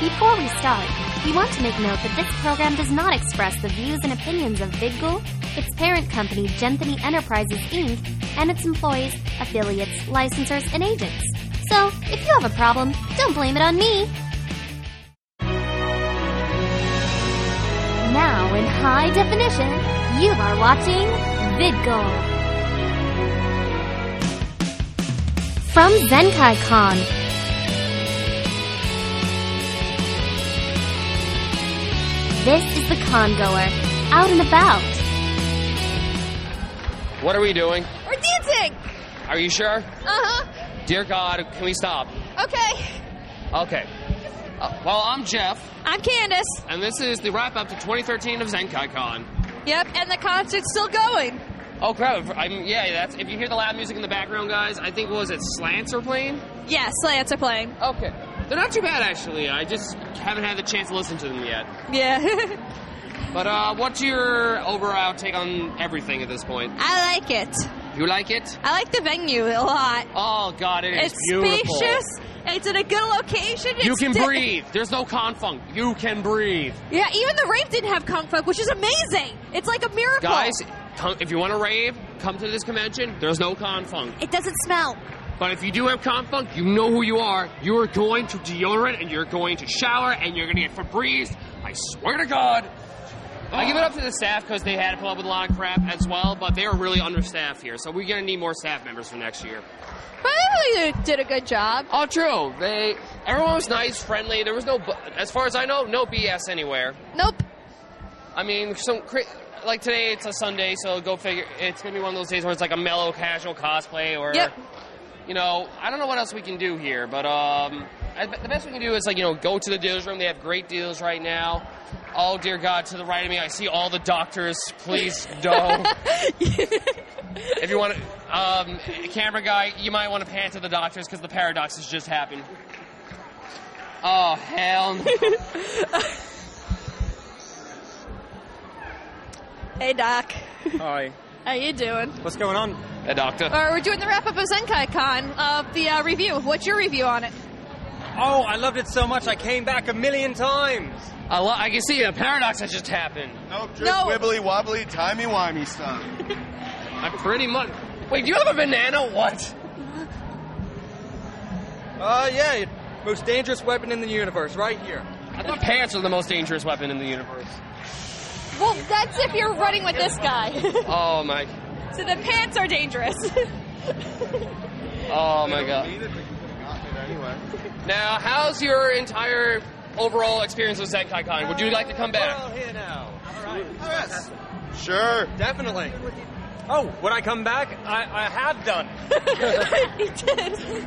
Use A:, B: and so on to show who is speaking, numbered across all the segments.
A: Before we start, we want to make note that this program does not express the views and opinions of VidGul, its parent company, Genthany Enterprises Inc., and its employees, affiliates, licensors, and agents. So, if you have a problem, don't blame it on me. Now, in high definition, you are watching VidGul. From Zenkai Con, this is the congoer, out and about.
B: What are we doing?
C: We're dancing!
B: Are you sure?
C: Uh huh.
B: Dear God, can we stop?
C: Okay.
B: Okay. Uh, well, I'm Jeff,
C: I'm Candace.
B: and this is the wrap up to 2013 of ZenkaiCon.
C: Yep, and the concert's still going.
B: Oh crap! if- I'm, yeah, that's if you hear the loud music in the background, guys. I think what was it Slants are playing.
C: Yeah, Slants are playing.
B: Okay, they're not too bad actually. I just haven't had the chance to listen to them yet.
C: Yeah.
B: But uh, what's your overall take on everything at this point?
C: I like it.
B: You like it?
C: I like the venue a lot.
B: Oh God, it is
C: It's
B: beautiful.
C: spacious. It's in a good location. It's
B: You can
C: di-
B: breathe. There's no confunk. You can breathe.
C: Yeah, even the rave didn't have kung folk, which is amazing. It's like a miracle.
B: Guys, come, if you want to rave, come to this convention. There's no confunk.
C: it doesn't smell.
B: But if you do have confunk, you know who you are. You are going to deodorant and you're going to shower and you're going to get Febreze. I swear to God. I give it up to the staff because they had to pull up with a lot of crap as well, but they are really understaffed here. So we're going to need more staff members for next year.
C: But I really did a good job.
B: Oh, true. They everyone was nice, friendly. There was no, bu- as far as I know, no BS anywhere.
C: Nope.
B: I mean, some cra- like today it's a Sunday, so go figure. It's gonna be one of those days where it's like a mellow, casual cosplay, or
C: Yep.
B: you know, I don't know what else we can do here, but um, I, the best we can do is like you know go to the dealers room. They have great deals right now. Oh dear God, to the right of me, I see all the doctors. Please no. if you want to, um, camera guy, you might want to pan to the doctors because the paradox has just happened. Oh hell. no.
C: Hey, Doc.
D: Hi.
C: How you doing?
D: What's going on?
B: Hey, doctor.
C: All right, we're doing the wrap up of Zenkai Con of the uh, review. What's your review on it?
D: Oh, I loved it so much I came back a million times.
B: I, lo- I can see the paradox that just happened.
E: Nope, just
C: No.
E: wibbly wobbly, timey wimey stuff.
B: I pretty much. Wait, do you have a banana? What?
D: Uh, yeah, most dangerous weapon in the universe, right here.
B: I thought pants are the most dangerous weapon in the universe.
C: Well, that's if you're running with this guy.
B: Oh my.
C: so the pants are dangerous.
B: Oh my god. Now, how's your entire overall experience with Zenkai Con? Would you like to come
D: We're
B: back?
D: all here now. All right.
E: Yes. Sure.
D: Definitely. Oh, would I come back? I, I have done.
C: he did.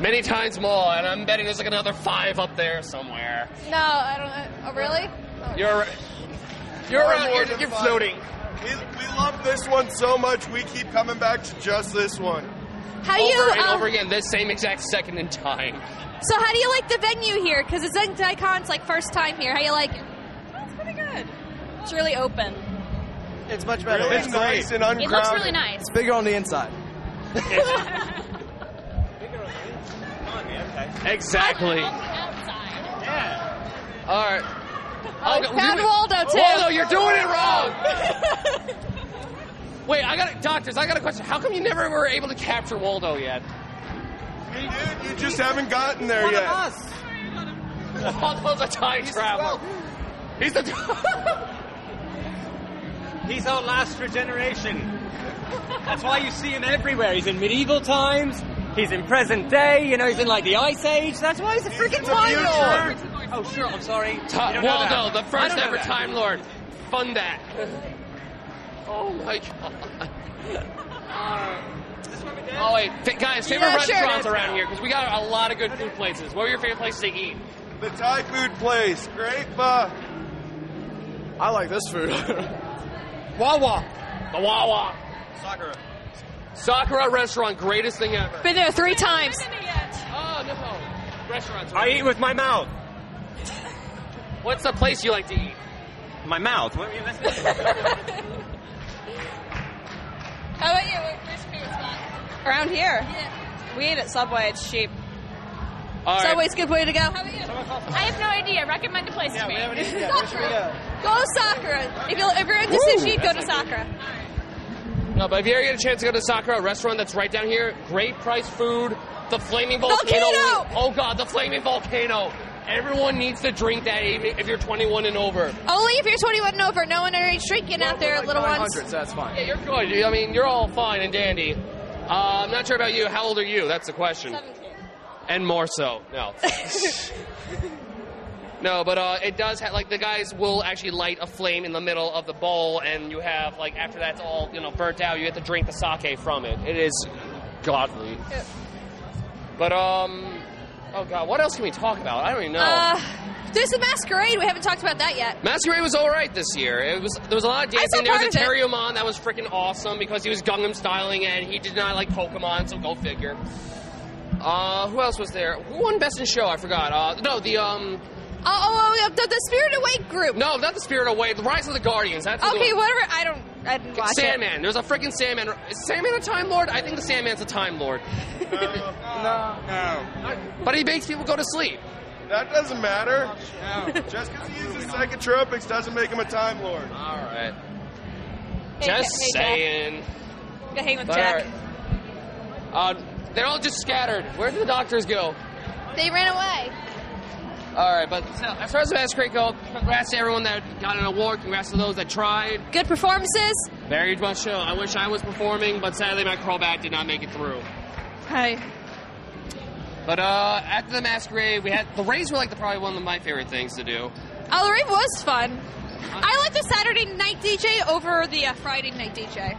B: Many times more, and I'm betting there's like another five up there somewhere.
C: No, I don't. Oh, really? Oh.
B: You're. You're,
E: More
B: around-
E: more
B: you're,
E: than
B: you're
E: five.
B: floating.
E: We, we love this one so much, we keep coming back to just this one.
C: How
B: Over
C: you?
B: and
C: um,
B: over again, this same exact second in time.
C: so how do you like the venue here? Because it's Zenkai Con's like first time here. How you like? it? Oh, it's pretty good. It's really open.
D: It's much
E: Really nice and uncrowded.
C: nice.
D: bigger on the inside.
B: Exactly. All right. Oh, no,
C: found
B: you-
C: Waldo, too.
B: Waldo, you're doing it wrong. Wait, I got a, doctors. I got a question. How come you never were able to capture Waldo yet?
E: Dude, you just haven't gotten there
D: One of
E: yet.
D: us.
B: Waldo's a time traveler. He's the.
D: He's our last regeneration. That's why you see him everywhere. He's in medieval times. He's in present day. You know, he's in like the Ice Age. That's why he's a freaking
E: the
D: time lord. Oh, sure. I'm sorry. You don't know
B: Waldo,
D: that.
B: the
D: I
B: first
D: don't know
B: ever
D: that.
B: Time Lord. Fund that. Oh my god. Oh wait, Fa- guys, favorite
C: Yeah, sure,
B: restaurants
C: let's go.
B: around here because we got a lot of good food places. What were your favorite places to eat?
E: The Thai food place. Great pho.
F: I like this food.
B: Wawa. The Wawa. Sakura. Sakura restaurant, greatest thing ever.
C: Been there three times.
B: Oh no. Restaurants.
D: I eat with my mouth.
B: What's the place you like to eat?
D: My mouth. What were you listening to?
C: How about you? Where's your favorite spot? Around here. We eat at Subway. It's cheap.
B: All
C: it's
B: right.
C: always a good way to go. How about you?
G: I have no idea. Recommend a place
D: Yeah,
G: to
D: we
G: me.
D: haven't even yet. Where should we
C: Sakura.
D: go?
C: Go to Sakura. If, you if you're into sushi, go to Sakura.
B: No, but if you ever get a chance to go to Sakura, a restaurant that's right down here, great price food, the flaming volcano.
C: Volcano!
B: Oh god, the flaming volcano. Everyone needs to drink that even if you're 21 and over.
C: Only if you're 21 and over. No underage drinking out there, little ones.
F: Hundreds, that's fine.
B: Yeah, you're good. You- I mean, you're all fine and dandy. Uh, I'm not sure about you. How old are you? That's the question. And more so. No. no, but uh, it does have, like, the guys will actually light a flame in the middle of the bowl, and you have, like, after that's all, you know, burnt out, you have to drink the sake from it. It is godly. But, um, oh god, what else can we talk about? I don't even know.
C: Uh, there's the masquerade. We haven't talked about that yet.
B: Masquerade was all right this year. It was there was a lot of
C: saw
B: dancing. There was
C: part
B: a
C: of it.
B: Terry Amon that was freaking awesome because he was Gangnam styling and he did not like Pokemon, so go figure. Uh, who else was there? Who won Best in Show? I forgot. Uh, no, the um,
C: Oh, oh, oh, the, the Spirit Awake group.
B: no, not the Spirit Away. The Rise of the Guardians. That's the
C: Okay,
B: one.
C: whatever. I don't. I didn't watch it.
B: Sandman. There's a freaking Sandman. Is Sandman a Time Lord? I think the Sandman's a Time Lord,
E: No.
B: but he makes people go to sleep.
E: That doesn't matter. Just because he uses psychotropics doesn't make him a Time Lord.
B: All right.
C: Hey,
B: Just
C: hey, Jack.
B: saying.
C: Go hang with
B: But,
C: Jack.
B: all right. Uh, they're all just scattered. Where did the doctors go?
C: They ran away.
B: All right, but so, as far as the masquerade goes, congrats to everyone that got an award. Congrats to those that tried.
C: Good performances.
B: Very much so. I wish I was performing, but sadly my crawbat did not make it through.
C: Hi.
B: But uh, after the masquerade, we had the rays were like the, probably one of my favorite things to do.
C: Oh, the rave was fun. I like the Saturday night DJ over the uh, Friday night DJ.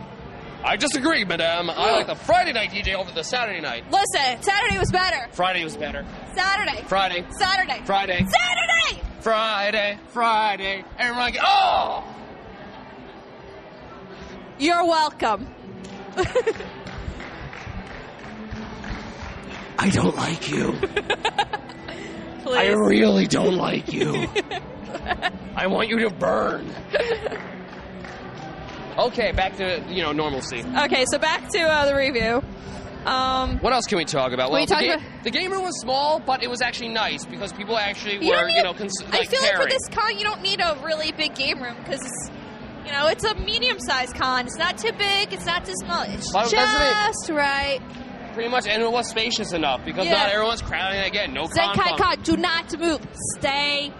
B: I disagree, madame. I like the Friday night DJ over the Saturday night.
C: Listen, Saturday was better.
B: Friday was better.
C: Saturday.
B: Friday,
C: Saturday.
B: Friday,
C: Saturday.
B: Friday, Friday. Everyone, get, oh!
C: You're welcome.
B: I don't like you. I
C: Please.
B: really don't like you. I want you to burn. okay, back to you know normalcy.
C: Okay, so back to uh, the review. Um,
B: What else can we talk about? Well,
C: What are you
B: the,
C: talking
B: ga-
C: about?
B: the game room was small, but it was actually nice because people actually
C: you
B: were
C: don't need.
B: you know cons-
C: I
B: like
C: feel like for
B: caring.
C: this con, you don't need a really big game room because you know it's a medium-sized con. It's not too big. It's not too small. It's
B: Well, that's it.
C: just right.
B: pretty much, and it was spacious enough because
C: Yeah.
B: not everyone's crowding again. No con
C: Zenkai
B: bump.
C: Con, do not move. Stay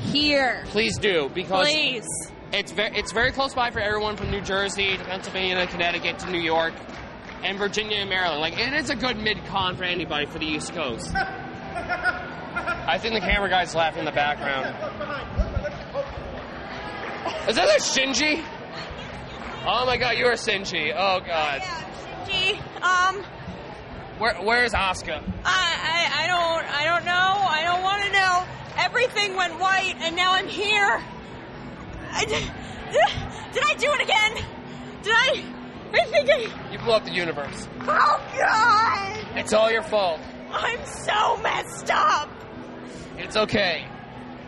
C: here,
B: Please do because
C: please.
B: it's very it's very close by for everyone from New Jersey to Pennsylvania to Connecticut to New York and Virginia and Maryland. Like it is a good mid con for anybody for the East Coast. I think the camera guy's laughing in the background. Is that a Shinji? Oh my god, you are Shinji. Oh god.
H: Shinji, um,
B: Where where is Asuka?
H: I, I, I don't, I don't know. I don't want to know. Everything went white, and now I'm here. I, did, did, did I do it again? Did I? I think I.
B: You blew up the universe.
H: Oh God!
B: It's all your fault.
H: I'm so messed up.
B: It's okay.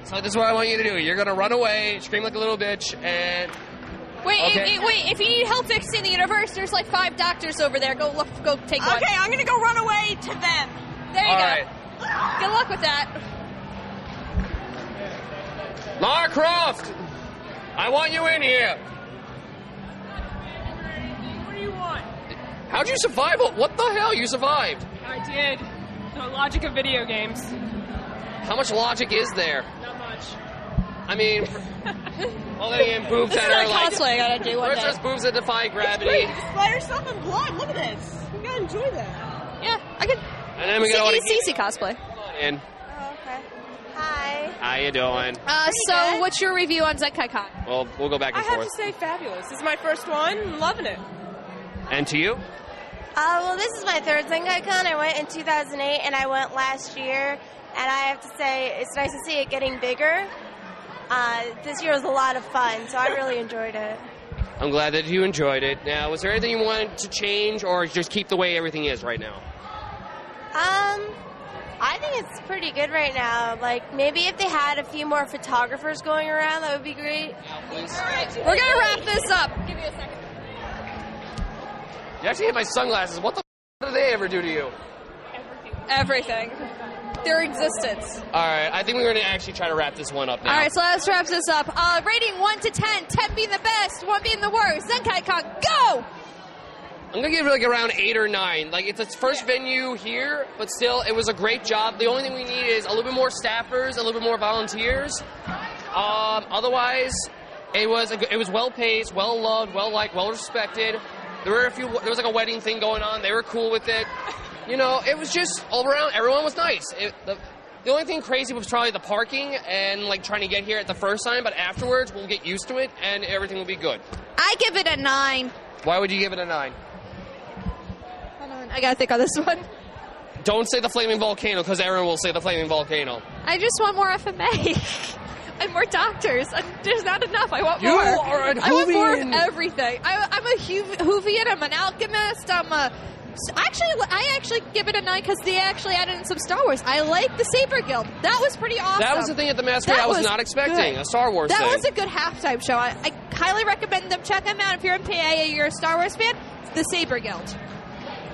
B: So this is what I want you to do. You're gonna run away, scream like a little bitch, and
C: Wait,
B: Okay.
C: if, if- wait. If you need help fixing the universe, there's like five doctors over there. Go look. Go take one.
H: Okay, I'm gonna go run away to them.
C: There you
B: all
C: go.
B: right.
C: Good luck with that.
B: Lara Croft! I want you in here!
G: What do you want?
B: How'd you survive? What the hell? You survived!
G: I did. The logic of video games.
B: How much logic is there?
G: Not much.
B: I mean, all that in boobs
C: This is
B: that
C: my
B: are like.
C: cosplay I gotta do one
B: Where's
C: day.
B: those boobs that defy gravity?
H: Splatter yourself in blood. Look at this. You gotta enjoy that.
C: Yeah, I could.
B: And then we got all
C: See,
B: the
C: easy cosplay.
B: in.
H: Oh, okay. Hi.
B: How you doing?
C: Uh, so,
H: good.
C: what's your review on Zenkai Con?
B: Well, we'll go back
H: I
B: and
H: have
B: forth.
H: to say, fabulous. This is my first one. Loving it.
B: And to you?
I: Uh, well, this is my third ZengaCon. I went in 2008 and I went last year. And I have to say, it's nice to see it getting bigger. Uh, this year was a lot of fun, so I really enjoyed it.
B: I'm glad that you enjoyed it. Now, was there anything you wanted to change or just keep the way everything is right now?
I: Um, I think it's pretty good right now. Like, maybe if they had a few more photographers going around, that would be great.
C: We're gonna wrap this up.
B: You actually hit my sunglasses. What the f- did they ever do to you?
C: Everything. their existence.
B: All right, I think we're going to actually try to wrap this one up now.
C: All right, so let's wrap this up. Uh, rating 1 to 10, 10 being the best, 1 being the worst. Zenkai Con, go!
B: I'm gonna give it like around eight or nine. Like it's its first venue here, but still, it was a great job. The only thing we need is a little bit more staffers, a little bit more volunteers. Um, otherwise, it was a, g- it was well paced, well loved, well liked, well respected. There were a few. There was like a wedding thing going on. They were cool with it. You know, it was just all around. Everyone was nice. It, the, the only thing crazy was probably the parking and like trying to get here at the first time, but afterwards we'll get used to it and everything will be good.
C: I give it a 9.
B: Why would you give it a nine?
C: Hold on, I gotta think on this one.
B: Don't say the flaming volcano because everyone will say the flaming volcano.
C: I just want more FMA. And more doctors. And there's not enough. I want
B: You
C: more.
B: are an
C: I want more of
B: Hoovian.
C: everything. I, I'm a Huv- Hoovian. I'm an alchemist. I'm a. s- Actually, I actually give it a nine because they actually added in some Star Wars. I like the Saber Guild. That was pretty awesome.
B: That was the thing at the masquerade
C: That
B: I was,
C: was
B: not expecting.
C: good.
B: A Star Wars
C: That
B: thing.
C: was a good halftime show. I, I highly recommend them. Check them out if you're in PA and you're a Star Wars fan. The Saber Guild.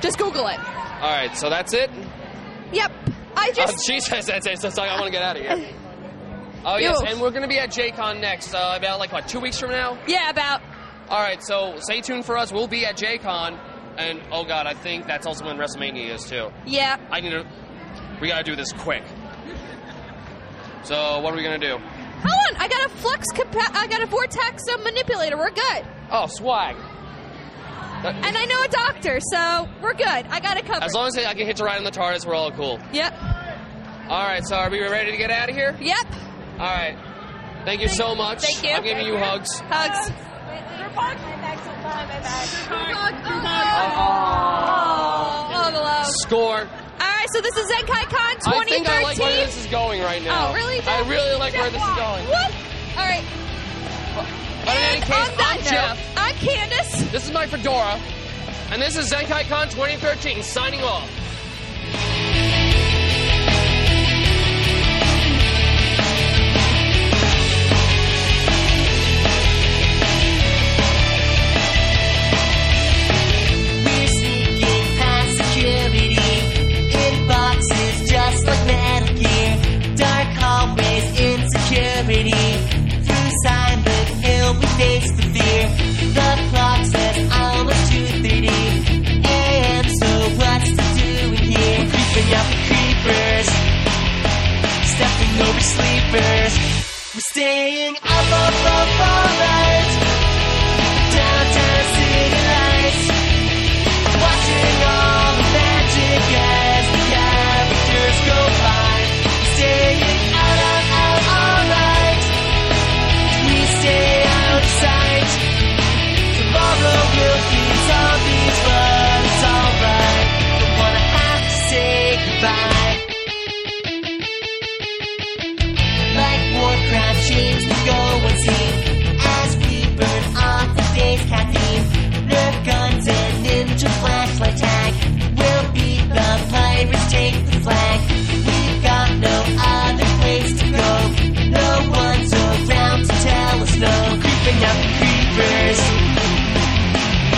C: Just Google it.
B: All right, so that's it.
C: Yep. I just
B: oh, she says that's it. So it's like, I want to get out of here. Oh yes,
C: Ew.
B: and we're gonna be at JCon next uh, about like what two weeks from now.
C: yeah about
B: All right, so stay tuned for us. We'll be at JCon, and oh god, I think that's also when WrestleMania is too.
C: yeah.
B: I need to. We gotta do this quick. So what are we gonna do?
C: Hold on, I got a flux. Compa- I got a vortex uh, manipulator. We're good,
B: Oh, swag.
C: and I know a doctor, so we're good. I got it covered.
B: As long as I can hit a ride on the TARDIS, we're all cool.
C: yep,
B: All right, so are we ready to get out of here?
C: yep.
B: All right. Thank you so much.
C: Thank you.
B: I'm giving you hugs.
C: Hugs. Hug. Oh, all the love.
B: Score.
C: All right, so this is Zenkai Con 2013.
B: I think I like where this is going right now.
C: oh, really?
B: I really like where this is going.
C: What? All right.
B: But in any
C: and
B: case,
C: on that
B: I'm
C: note,
B: Jeff.
C: I'm Candace.
B: This is my fedora. And this is ZenkaiCon 2013 signing off.
J: We're sneaking past security in boxes just like Metal Gear. Dark hallways, insecurity. Through Silent Hill, we face the fear. The clock says almost 2:30 a.m. So what's to do in here? We're creeping out the creepers, stepping over sleepers. We're staying up, up, up all night. Downtown city lights. Watching all the magic as the characters go by. Staying out, out, out all night. We stay out of sight. Tomorrow we'll be zombies, but it's alright. Don't wanna have to say goodbye. Like Warcraft shades we go unseen As we burn off the day's caffeine Nerf guns and ninja flashlight tag We'll beat the pirates, take the flag We've got no other place to go No one's around to tell us no Creeping up the creepers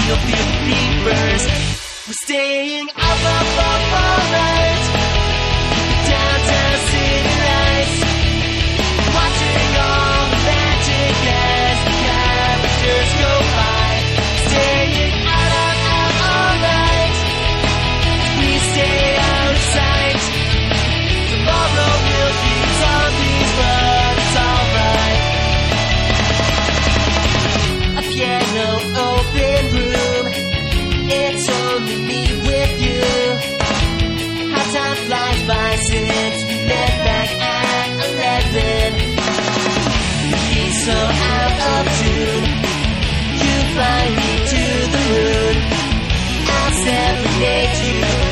J: We'll be the creepers We're staying up, up, up all night Downtown city lights Watching all the magic as the characters go by. Staying out, out, out all night. We stay out of sight. Tomorrow we'll be zombies, but it's alright. A piano open room. It's only me with you. How time flies by since we met back at 11. He's so out of tune. You fly me to the moon. I'll serenade you.